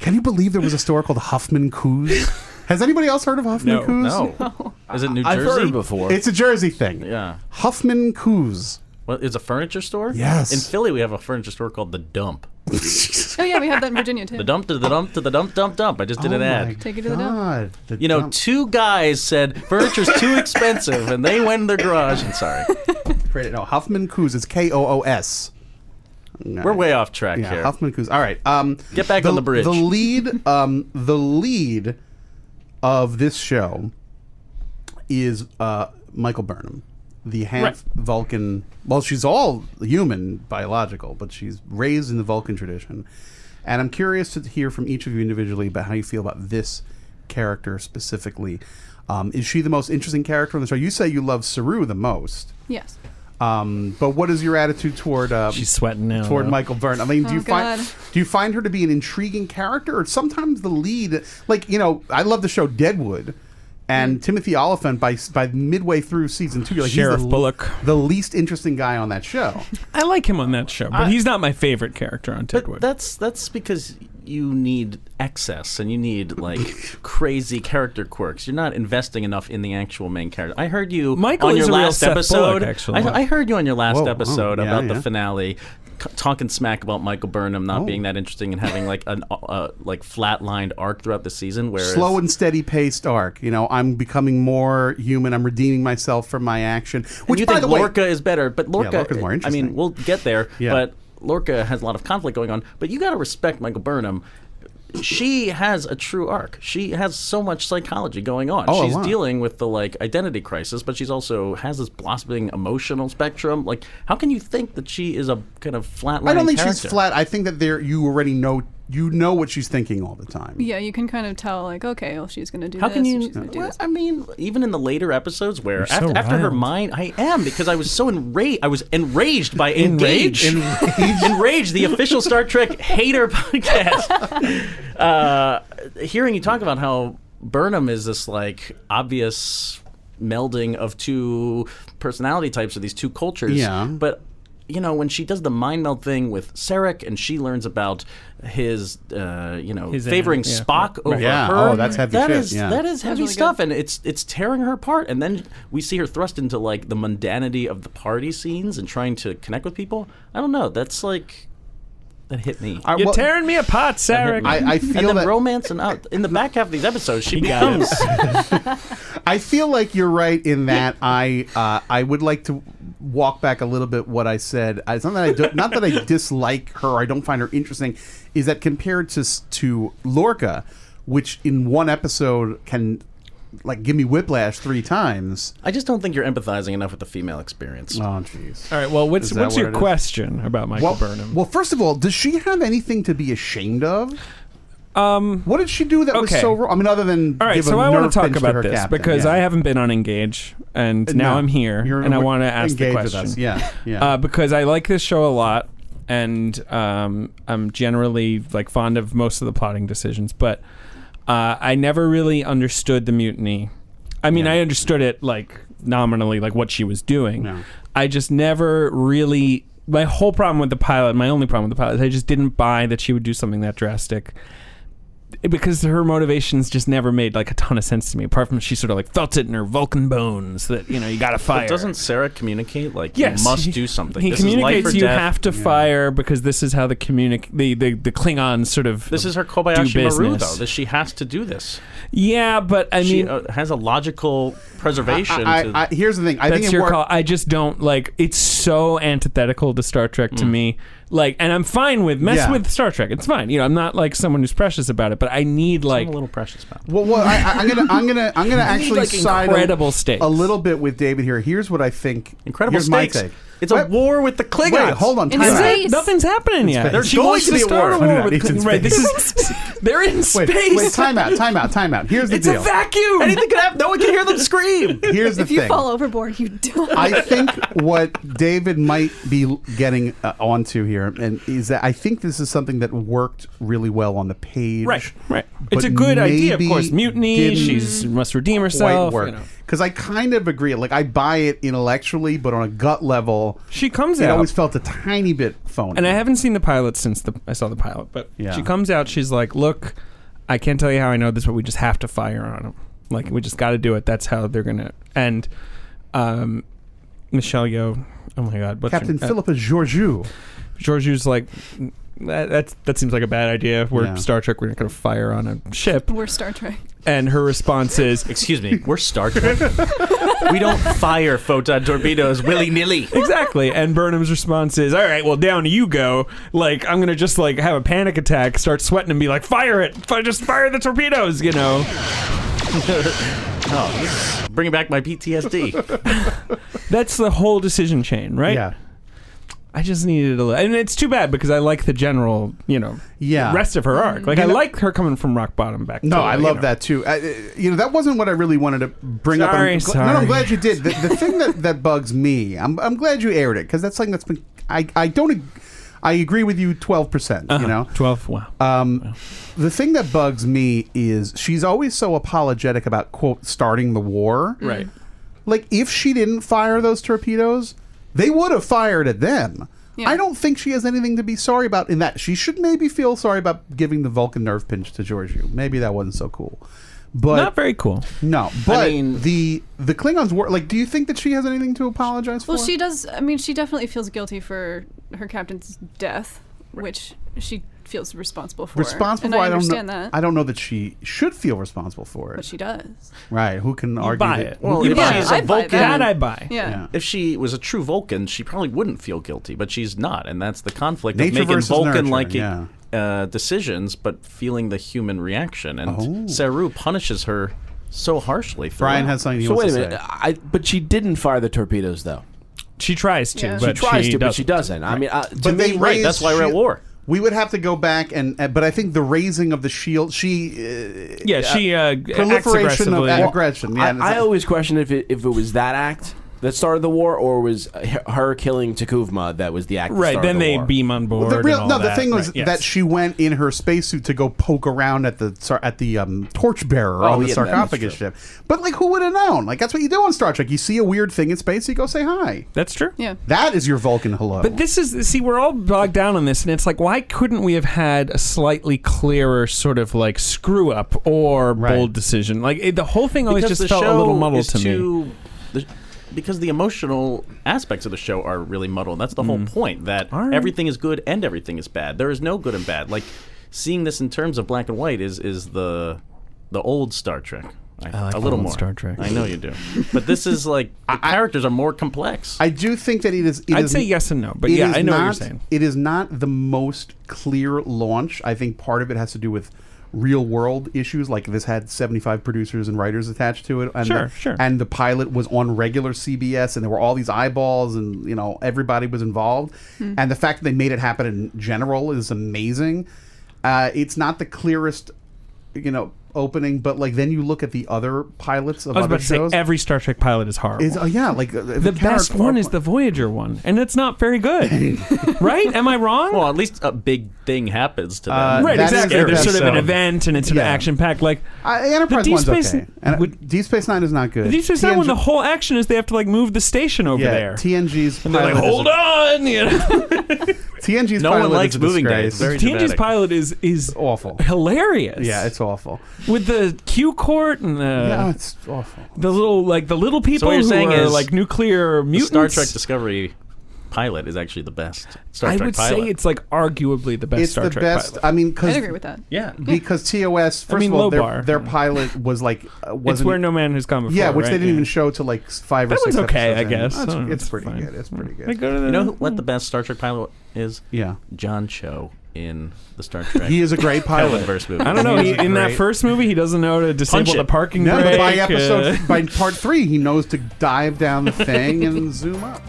Can you believe there was a store called Huffman Coos? Has anybody else heard of Huffman No, Coos? No. Is it New I've Jersey? heard it before. It's a Jersey thing. Yeah. Huffman Coos. What, is a furniture store? Yes. In Philly, we have a furniture store called The Dump. Oh yeah, we have that in Virginia too. The Dump to the Dump to the Dump Dump Dump. I just did an ad. Take it to the dump. God, the You know, Oh dump. two guys said furniture's too [laughs] expensive, and they went in their garage. And sorry, Great. no Huffman Coos. It's K O O S. We're way off track Yeah, here. Huffman Coos. All right. Um, Get back on the bridge. The lead, um, the lead of this show is uh, Michael Burnham, the half Right. Vulcan. Well, she's all human, biological, but she's raised in the Vulcan tradition. And I'm curious to hear from each of you individually about how you feel about this character specifically. Um, is she the most interesting character on the show? You say you love Saru the most. Yes. Um, but what is your attitude toward um, She's sweating now, toward though. Michael Byrne? I mean, do Oh, you find God. do you find her to be an intriguing character, or sometimes the lead? Like you know, I love the show Deadwood, Mm. and Timothy Oliphant by by midway through season two, you're like he's Sheriff the, Bullock. the least interesting guy on that show. I like him on that show, but I- he's not my favorite character on But Deadwood. that's that's because you need excess and you need [laughs] like crazy character quirks. You're not investing enough in the actual main character. I heard you Michael on is your a real last Seth episode. Bullock, actually. I, I heard you on your last Whoa, oh, episode yeah, about yeah. the finale. c- Talking smack about Michael Burnham not Oh. being that interesting and having like an uh, like flatlined arc throughout the season, where Slow and steady paced arc. You know, I'm becoming more human. I'm redeeming myself from my action. Which, you by think the way, Lorca is better, but Lorca, Lorca's more I interesting. mean, we'll get there, Yeah. but Lorca has a lot of conflict going on. But you got to respect Michael Burnham. She has a true arc. She has so much psychology going on. Oh, a she's lot. dealing with the like identity crisis, but she's also has this blossoming emotional spectrum. Like, how can you think that she is a kind of flatline? I don't think she's character? flat. I think that there you already know you know what she's thinking all the time. Yeah, you can kind of tell, like, okay, well, she's going to do How this. can and you? she's gonna do Well, this. I mean, even in the later episodes, where so after, after her riled. mind, I am because I was so enraged. I was enraged by engage, enraged, the official Star Trek hater podcast. uh, hearing you talk about how Burnham is this like obvious melding of two personality types or these two cultures, Yeah. but. You know when she does the mind meld thing with Sarek, and she learns about his, uh, you know, His favoring enemy, yeah. Spock over Yeah, her. oh, that's heavy That shit, is- yeah. that is heavy really good. stuff, and it's it's tearing her apart. And then we see her thrust into like the mundanity of the party scenes and trying to connect with people. I don't know. That's like that hit me. I, You're well, tearing me apart, Sarek. I, I and feel then that romance and out in the back half of these episodes, [laughs] she got it. becomes I feel like you're right in that I uh, I would like to walk back a little bit what I said. I- It's not that I do, not that I dislike her. or I don't find her interesting. Is that compared to s- to Lorca, which in one episode can like give me whiplash three times. I just don't think you're empathizing enough with the female experience. Oh jeez. All right. Well, what's Is that what's what your it is? question about Michael Well, Burnham? well, first of all, does she have anything to be ashamed of? Um, what did she do that was okay. so wrong? I mean, other than All right, give so a I want nerve to talk pinch to about her this captain, because yeah. Uh, I haven't been on Engage, and now No, I'm here, you're- and I want to ask the engage with question. us, Yeah, yeah. uh, because I like this show a lot, and um, I'm generally like fond of most of the plotting decisions. But uh, I never really understood the mutiny. I mean, I understood it like nominally, like what she was doing. No. I just never really. My whole problem with the pilot, my only problem with the pilot, is I just didn't buy that she would do something that drastic because her motivations just never made like a ton of sense to me. Apart from she sort of like felt it in her Vulcan bones that you know you got to fire. But doesn't Sarah communicate like Yes, you must he- do something? He this communicates is life or you death. have to fire because this is how the communic the, the the Klingons sort of This is her do Kobayashi Maru, business. though. That she has to do this. yeah, but I she mean uh, has a logical preservation. I, to, I, I, here's the thing. I that's think it your worked. call. I just don't like it's so antithetical to Star Trek Mm. to me. Like and I'm fine with mess Yeah. with Star Trek. It's fine. You know, I'm not like someone who's precious about it, but I need like I'm a little precious about. Well, well I, I- I'm gonna, I'm gonna, [laughs] I'm gonna actually like, side incredible a, stakes. a little bit with David here. Here's what I think. Incredible here's stakes. My take. It's a Wait, war with the Klingons. Wait, hold on. In time space. out. Wait, nothing's happening yet. There's She going wants to be a start war. a No, war no, with [laughs] it's in Kling- right. This is they're in Wait, space. wait, time out, time out, time out. Here's the it's deal. a vacuum. Anything could happen. No one can hear them scream. Here's the if you thing. fall overboard, you die. [laughs] I think what David might be getting uh, onto here, and is that I think this is something that worked really well on the [laughs] page. Right, right. but It's a good idea, of maybe course. Mutiny. didn't She's must redeem herself. quite work you know. because I kind of agree. Like I buy it intellectually, but on a gut level, She comes it out, always felt a tiny bit phony. and I haven't seen the pilot since the I saw the pilot. But Yeah. she comes out. She's like, "Look, I can't tell you how I know this, but we just have to fire on them. Like, we just got to do it. That's how they're gonna." And um, Michelle Yeoh. Oh my God! What's Captain her, Philippa Georgiou. Georgiou's like, that that's, that seems like a bad idea. We're Yeah. Star Trek. We're not going to fire on a ship. [laughs] We're Star Trek. And her response is, Excuse me, we're Star [laughs] Trek. we don't fire photon torpedoes willy nilly. Exactly. And Burnham's response is, "All right, well, down you go. Like, I'm gonna just like have a panic attack, start sweating, and be like, fire it, Fi- just fire the torpedoes, you know." Bring back my PTSD. That's the whole decision chain, right? Yeah. I just needed a little, and it's too bad because I like the general, you know, Yeah. rest of her arc. Like, I like her coming from rock bottom back. No, to, I you love know. that too. I, uh, you know, that wasn't what I really wanted to bring up. Sorry, I'm gl- No, no, sorry. I'm glad you did. The, the thing that, that bugs me, I'm, I'm glad you aired it because that's something that's been. I, I don't. ag- I agree with you 12%. Uh-huh. You know, Twelve. Wow. Um, the thing that bugs me is she's always so apologetic about quote starting the war. Mm-hmm. Right. Like if she didn't fire those torpedoes, they would have fired at them. Yeah. I don't think she has anything to be sorry about in that. She should maybe feel sorry about giving the Vulcan nerve pinch to Georgiou. Maybe that wasn't so cool. But Not very cool. no, but mean- the the Klingons were like. Do you think that she has anything to apologize for? Well, she does. I mean, she definitely feels guilty for her captain's death, which she feels responsible for. responsible. And for, I don't understand know, that, I don't know that she should feel responsible for but it. she does. right? Who can argue? buy that- it. Well, You if buy she's it. a I'd buy Vulcan, that. That I buy. Yeah. Yeah. if she was a true Vulcan, she probably wouldn't feel guilty, but she's not, and that's the conflict Nature of making versus Vulcan nurture, like yeah. uh, decisions, but feeling the human reaction. And Saru punishes her so harshly. For Oh. Brian that. has something he So wait wants a to minute. say. I but she didn't fire the torpedoes though. She tries to, Yeah. but she tries to, doesn't. but she doesn't. I mean, uh, to But me, they right, that's why we're at raised- war. We would have to go back and, uh, but I think the raising of the shield, she Yeah, she uh, proliferation acts of aggressively. ag- aggression, yeah, I- and it's I, like- always question if it, if it was that act that started the war, or was uh, h- her killing Takuvma that was the act. that right. started Then the they war. beam on board. the and real all no. The that. thing was Right, yes. that she went in her spacesuit to go poke around at the sar- at the um, torchbearer Oh, on the yeah, that is sarcophagus true. ship. But like, who would have known? Like, that's what you do on Star Trek. You see a weird thing in space, you go say hi. That's true. Yeah. That is your Vulcan hello. But this is see, we're all bogged down on this, and it's like, why couldn't we have had a slightly clearer sort of like screw up or Right. bold decision? Like it, the whole thing always Because just the felt a show little muddled is to me. too- the- because the emotional aspects of the show are really muddled. That's the whole point that Mm. right. everything is good and everything is bad. There is no good and bad. Like seeing this in terms of black and white is is the the old Star Trek. I, like a the little old more Star Trek. I know you do, but this is like the characters are more complex. I do think that it is. It I'd is- say yes and no, but it yeah, is I know what you're not- saying. It is not the most clear launch. I think part of it has to do with real world issues. Like this had 75 producers and writers attached to it. And Sure, the, sure. And the pilot was on regular CBS, and there were all these eyeballs, and you know everybody was involved. And the fact that they made it happen in general is amazing. Uh, it's not the clearest, you know, opening, but like then you look at the other pilots of I was other about to say shows. every Star Trek pilot is horrible. is, oh yeah, like uh, the best one is the Voyager one, and it's not very [laughs] good, right? Am I wrong? well, at least a big thing happens to them. right, Uh, that is exactly. scary, There's sort of an so- event, and it's sort Yeah. of action packed. Like Uh, Enterprise The Deep One's Space- okay. And, would- Deep Space Nine is not good. these days, now when the TNG whole action is they have to like move the station over yeah, there. TNG's and they're like, pilot is- hold on. You know? [laughs] TNG's No one pilot likes is a moving disgrace. days. Very TNG's dramatic. pilot is is awful. hilarious. Oh. Yeah, it's awful. with the Q court and the Uh, yeah, it's awful. the little like the little people you're who saying are is like nuclear The mutants. Star Trek Discovery pilot is actually the best. Star I Trek would pilot. say it's like arguably the best it's Star the Trek best. pilot. I mean, because I'd agree with that. yeah. [laughs] because TOS first mean, of all, low their, bar. their pilot [laughs] was like uh, It's wasn't where no man has come before. yeah, which right? they didn't Yeah. even show to like s- five That or six. one's okay, I episodes in. guess. Oh, it's- I don't know, it's, pretty fine. Hmm. good. It's pretty They good. go to the, You know who- what the best Star Trek pilot is? Yeah, John Cho in the Star Trek. he is [laughs] a great pilot. Verse movie. [laughs] I don't know. He, in that Great. first movie, he doesn't know to disable Punch the it. parking No, but brake. by uh, [laughs] episode by part three, he knows to dive down the thing and zoom up.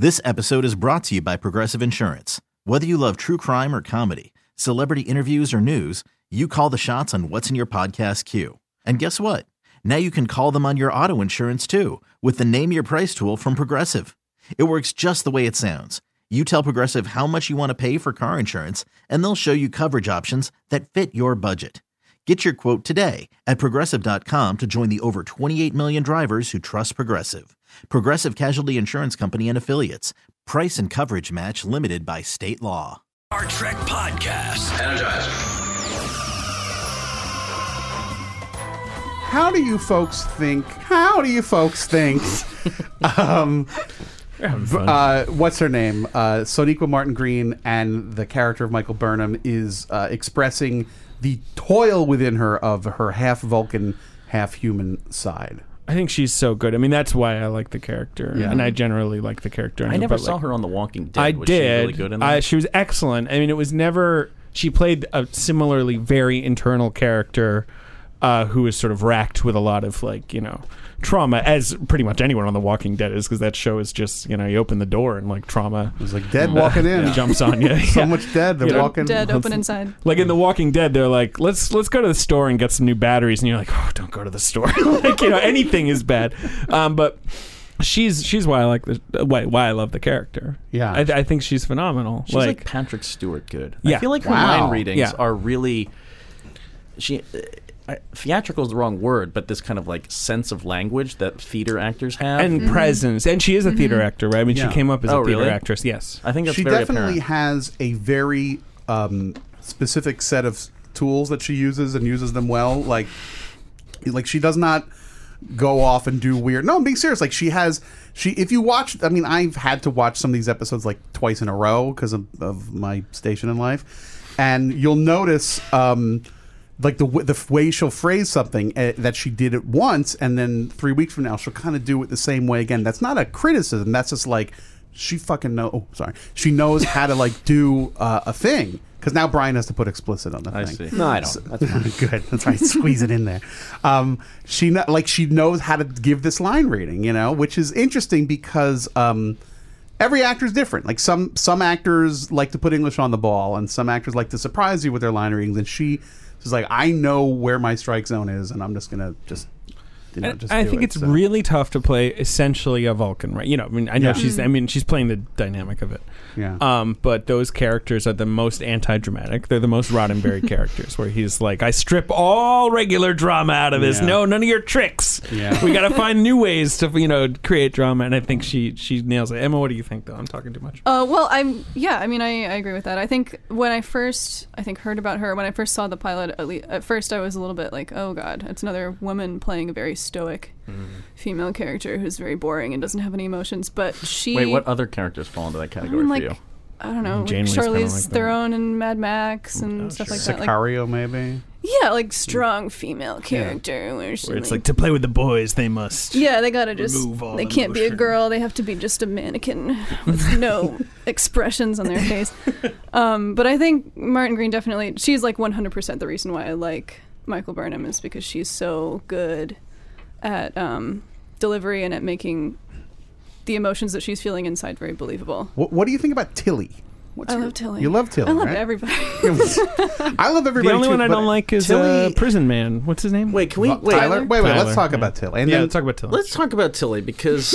This episode is brought to you by Progressive Insurance. Whether you love true crime or comedy, celebrity interviews or news, you call the shots on what's in your podcast queue. And guess what? Now you can call them on your auto insurance too with the Name Your Price tool from Progressive. It works just the way it sounds. You tell Progressive how much you want to pay for car insurance, and they'll show you coverage options that fit your budget. Get your quote today at progressive.com to join the over 28 million drivers who trust Progressive. Progressive Casualty Insurance Company and Affiliates. Price and coverage match limited by state law. Star Trek Podcast. Energize. [laughs] How do you folks think? How do you folks think? um, Uh, what's her name? Uh, Soniqua Martin Green and the character of Michael Burnham is uh, expressing the toil within her of her half Vulcan, half human side. I think she's so good. I mean, that's why I like the character, Yeah. and I generally like the character. in I her, never but, saw like, her on The Walking Dead. I was did. She really good in that? I, she was excellent. I mean, it was never. She played a similarly very internal character uh, who is sort of racked with a lot of like you know trauma, as pretty much anyone on The Walking Dead is, because that show is just you know you open the door and like trauma It's like dead walking in. Mm. [laughs] jumps on you. [laughs] So Yeah. much dead. They're You know, walking. Dead, open inside. Like in The Walking Dead, they're like, let's let's go to the store and get some new batteries, and you're like, oh, don't go to the store. [laughs] like you know, anything is bad. Um, but she's she's why I like the why why I love the character. Yeah. I, I think she's phenomenal. She's like, Patrick Stewart good. Yeah. I feel like her Wow. line readings Yeah. are really she uh, I- theatrical is the wrong word, but this kind of like sense of language that theater actors have. and presence, and she is a Mm-hmm. theater actor, right? I mean, Yeah. she came up as Oh, a theater really? actress. Yes, I think that's she very definitely apparent. has a very um, specific set of s- tools that she uses and uses them well. Like, like she does not go off and do weird. No, I'm being serious. Like she has, she if you watch, I mean, I've had to watch some of these episodes like twice in a row because of, of my station in life, and you'll notice. Um, like the w- the f- way she'll phrase something uh, that she did it once, and then three weeks from now she'll kind of do it the same way again. That's not a criticism. That's just like she fucking know. Oh, sorry, she knows how to like do uh, a thing. Because now Brian has to put explicit on the I thing. see. No, I don't. That's fine. [laughs] Good. That's right. Squeeze it in there. Um, she kn- like she knows how to give this line reading, you know, which is interesting because um, every actor is different. Like some some actors like to put English on the ball, and some actors like to surprise you with their line readings. And she is like, I know where my strike zone is, and I'm just gonna just. You know, And just I do think it," it's so. really tough to play essentially a Vulcan, right? You know, I mean, I know Yeah. she's, I mean, she's playing the dynamic of it. Yeah. Um, but those characters are the most anti-dramatic. They're the most Roddenberry [laughs] characters, where he's like, "I strip all regular drama out of this. Yeah. No, none of your tricks. Yeah. We got to find new ways to, you know, create drama." And I think she she nails it. Emma, what do you think? Though I'm talking too much. Uh, well, I'm yeah. I mean, I, I agree with that. I think when I first I think heard about her when I first saw the pilot at, le- at first I was a little bit like oh god it's another woman playing a very stoic Mm-hmm. female character who's very boring and doesn't have any emotions. But she Wait, what other characters fall into that category I'm like for you? I don't know like Janeway's kinda Charlize like that. Mm, oh, Theron and Mad Max and stuff like that. Like, Sicario, maybe. yeah, like strong female character where, she, Mm. Where it's like like to play with the boys, they must. Yeah, they gotta just. remove all They can't be a emotion. girl. They have to be just [laughs] a mannequin with no expressions on their face. Um, but I think Martin Green definitely. She's like 100% the reason why I like Michael Burnham is because she's so good at um, delivery and at making the emotions that she's feeling inside very believable. What, what do you think about Tilly? What's I your- love Tilly. You love Tilly. I love right? everybody. [laughs] [laughs] I love everybody. The only too, one I but don't like is uh, Tilly. Prison Man. What's his name? Wait, can we wait? Tyler. Wait, wait. Tyler, Let's talk yeah. about Tilly. And yeah, then let's talk about Tilly. Let's talk about Tilly [laughs] because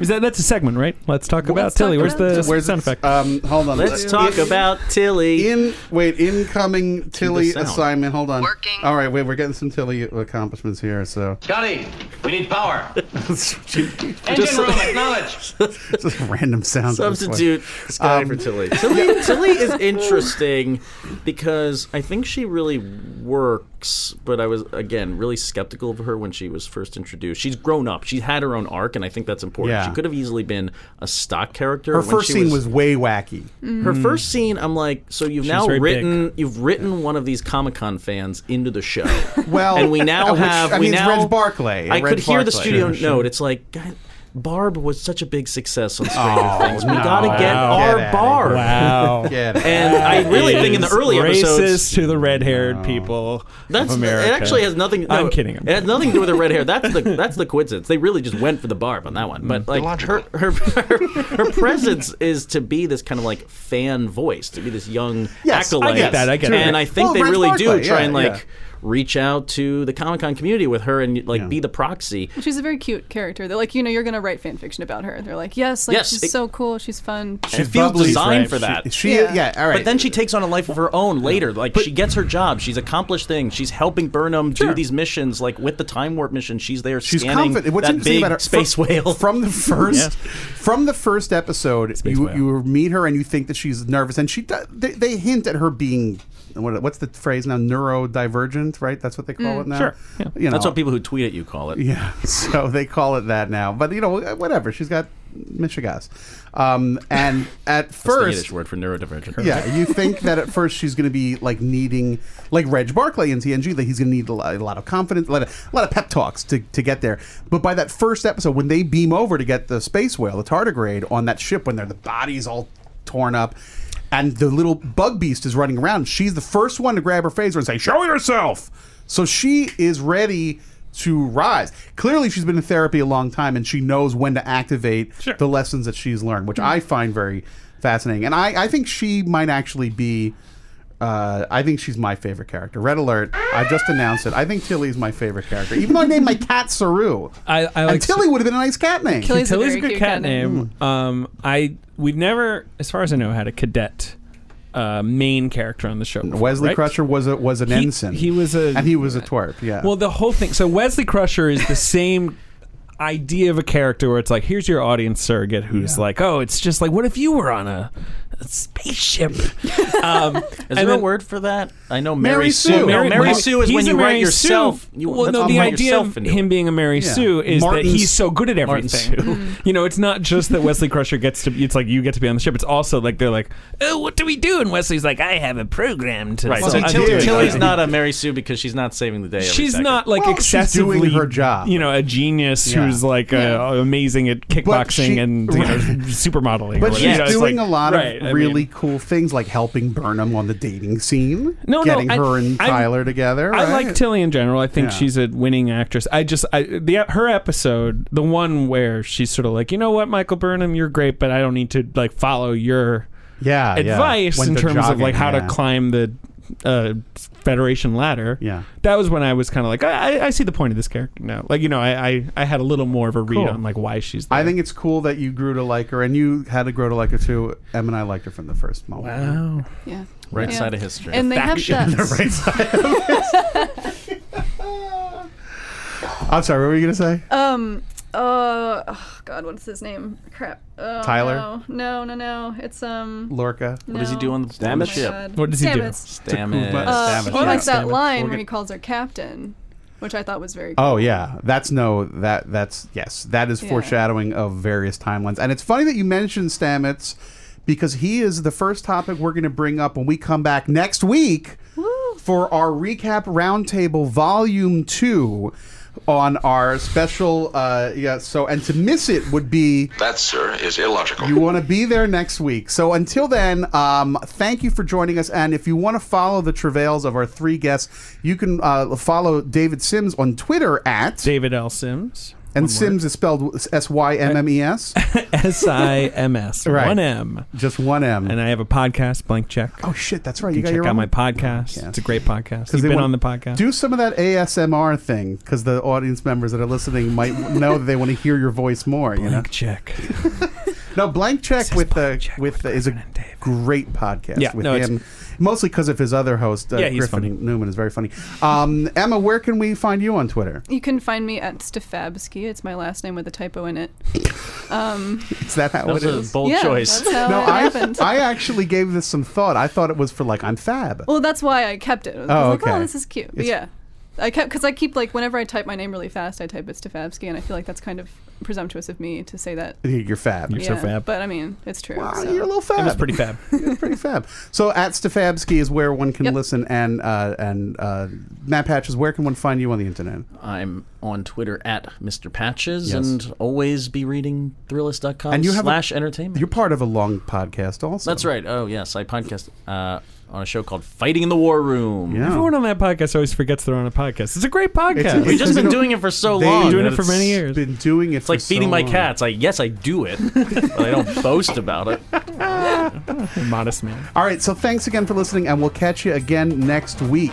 Is that that's a segment, right? Let's talk about let's Tilly. talk Where's about the Tilly. Where's sound it? effect? Um, hold on. let's talk If- about Tilly. in wait incoming Tilly sound. assignment. Hold on. Working. All right, wait. We're getting some Tilly accomplishments here. So Scotty, we need power. Engine room acknowledged. just [laughs] random sounds. at this Substitute point. Sky for Tilly. [laughs] Tilly, Tilly [laughs] is interesting because I think she really works, but I was again really skeptical of her when she was first introduced. She's grown up. She had her own arc, and I think that's important. Yeah. She could have easily been a stock character. Her when first she scene was, Mm. way wacky. her first scene. I'm like, so you've now very written you've written one of these Comic Con fans into the show. [laughs] Well, uh, and we now which- have I we mean, it's now Reg Barclay. I Reg could hear the Barclay. [laughs] Oh, studio Sure, sure. note. It's like. God, Barb was such a big success on Stranger Oh, Things. We no. gotta get Wow. our Get outta Barb. Wow. Get it. And I really think in the early racist episodes. to the red-haired people That's of America. it. Actually, has nothing. no, I'm kidding. I'm it has nothing to do with the red hair. [laughs] That's the that's the coincidence. They really just went for the barb on that one. Mm. But like her her, her her presence is to be this kind of like fan voice, to be this young Yes, I acolyte. get that, I get and that. I think Well, they Reg really Barclay, do try yeah, and like yeah. reach out to the Comic Con community with her and like be the proxy. she's a very cute character. They're like, you know, you're gonna write fan fiction about her. They're like, yes, like Yes, she's it- so cool. She's fun. She feels bubbly, designed right? for that. She, she- yeah. Yeah. All right. But then she takes on a life of her own later. Like she gets her job. She's accomplished things. She's helping Burnham do these missions. Like with the time warp mission, she's there She's scanning confident. What's that interesting big about her space from, whale. [laughs] from the first Yes. from the first episode, you, whale. you meet her and you think that she's nervous, and she do- they, they hint at her being what, what's the phrase now neurodivergent, right? That's what they call it now. Mm, Sure. Yeah. uh, You know, [laughs] That's what people who tweet at you call it. Yeah, so they call it that now. But you know, whatever. She's got Michigas. Um, and at first, the Yiddish word for neurodivergent. yeah, you think that at first she's going to be like needing, like Reg Barclay in TNG, that he's going to need a lot, a lot of confidence, a lot of, a lot of pep talks to, to get there. But by that first episode, when they beam over to get the space whale, the tardigrade, on that ship, when they're the bodies all torn up, and the little bug beast is running around, she's the first one to grab her phaser and say, "Show yourself!" So she is ready to rise. Clearly, she's been in therapy a long time, and she knows when to activate the lessons that she's learned, Mm-hmm. which I find very fascinating. And I, I think she might actually be. Uh, I think she's my favorite character. Red Alert. I just announced it. I think Tilly is my favorite character, even though I named my cat Saru. I, I and like Tilly would have been a nice cat name. Tilly's a Tilly's a very good cute cat cat name. Um, I we've never, as far as I know, had a cadet uh, main character on the show. before, Wesley right? Crusher was a was an He- ensign. he was a- and he was a twerp. Yeah. Well, the whole thing. So Wesley Crusher is the same idea of a character where it's like, here's your audience surrogate who's like, oh, it's just like, what if you were on a, a spaceship? um, Is there a word for that? I know Mary, Mary Sue. Sue. No, Mary- Mary well, Sue is he's when a you Mary write yourself. Sue. You, well, that's no, when the you write idea yourself of into him it. being a Mary Yeah. Sue is Martin that he's so good at Martin everything. [laughs] you know, it's not just that Wesley Crusher gets to. It's like you get to be on the ship. It's also like they're like, oh, what do we do? And Wesley's like, I have a program to. Right. solve." So Well, Tilly, dude. Tilly's Yeah. not a Mary Sue because she's not saving the day. every she's second. not like Well, she's doing excessively her job. You know, a genius Yeah. who's like uh, amazing at kickboxing she- and you know, [laughs] Right. supermodeling. or But whatever. she's You know, it's doing like- a lot of Right, I really mean- cool things, like helping Burnham on the dating scene, No, no, getting I- her and I- Tyler together. I like Tilly. Tilly in general. I think Yeah. she's a winning actress. I just I the her episode, the one where she's sort of like, you know what, Michael Burnham, you're great, but I don't need to like follow your yeah, Ah, yeah. advice When in they're terms of jogging, like how yeah. to climb the uh, Federation ladder. Yeah. that was when I was kind of like, I, I- I see the point of this character now. Like you know, I I, I had a little more of a read Cool. on like why she's. There. I think it's cool that you grew to like her, and you had to grow to like her too. Em and I liked her from the first moment. Wow. Yeah. right Yeah. side of history. And they have that. [laughs] I'm sorry, what were you gonna say? Um. Uh. Oh God. What's his name? Crap. Oh, Tyler? No. No. No. No. It's um. Lorca. what does he no. do on the, Oh on my the ship? God. What does he Damn do? it. Damn it. Takuma- Uh, Damn he it. likes Yeah. that line We'll when he get- calls her captain, which I thought was very. cool. Oh yeah, that's no that that's yes, that is Yeah. foreshadowing of various timelines. And it's funny that you mentioned Stamets because he is the first topic we're going to bring up when we come back next week for our recap roundtable volume 2 on our special uh yeah, so and to miss it would be That, sir, is illogical. you want to be there next week. So until then, um, thank you for joining us. And if you want to follow the travails of our three guests, you can uh, follow David Sims on Twitter at David L. Sims. and Sims is spelled S Y M M E [laughs] S. S I M S. [laughs] Right. One M. Just one M. And I have a podcast, Blank Check. oh shit, that's right. You, You got check your out own my podcast. It's a great podcast. You've they been want- on the podcast. Do some of that ASMR thing because the audience members that are listening might know that they want to hear your voice more. You know, Blank [laughs] Check. no blank check This is with the Blank Check with with the, is a Griffin and David. great podcast. Yeah, with no, it's- him mostly because of his other host, uh, Yeah, he's Griffin funny. Newman, is very funny. Um, Emma, where can we find you on Twitter? You can find me at Stefabski. It's my last name with a typo in it. Is that how That it was a is? bold yeah, choice. [laughs] that's how no, it I happened. I actually gave this some thought. I thought it was for like I'm fab. Well, that's why I kept it. I was like, okay. oh, this is cute. But It's- yeah. I kept because I keep like whenever I type my name really fast, I type it's Stefabski, and I feel like that's kind of presumptuous of me to say that. You're fab. You're so fab. But I mean, it's true. Wow, so. you're a little fab. It was pretty fab. It's pretty fab. So at Stefabski is where one can Yep. listen, and uh, and uh, Matt Patches, where can one find you on the internet? Oh, I'm on Twitter at Mr. Patches Yes. and always be reading Thrillist.com And you have a- slash entertainment. You're part of a long podcast, also. That's right. Oh, yes. I podcast uh, on a show called Fighting in the War Room. Yeah. Everyone on that podcast always forgets they're on a podcast. It's a great podcast. We've just You been know, doing it for so they- long. doing that it for it's- many years. Been doing it. It's like feeding my cats. I yes, I do it, but I [laughs] don't boast about it. [laughs] Modest man. All right. So thanks again for listening, and we'll catch you again next week.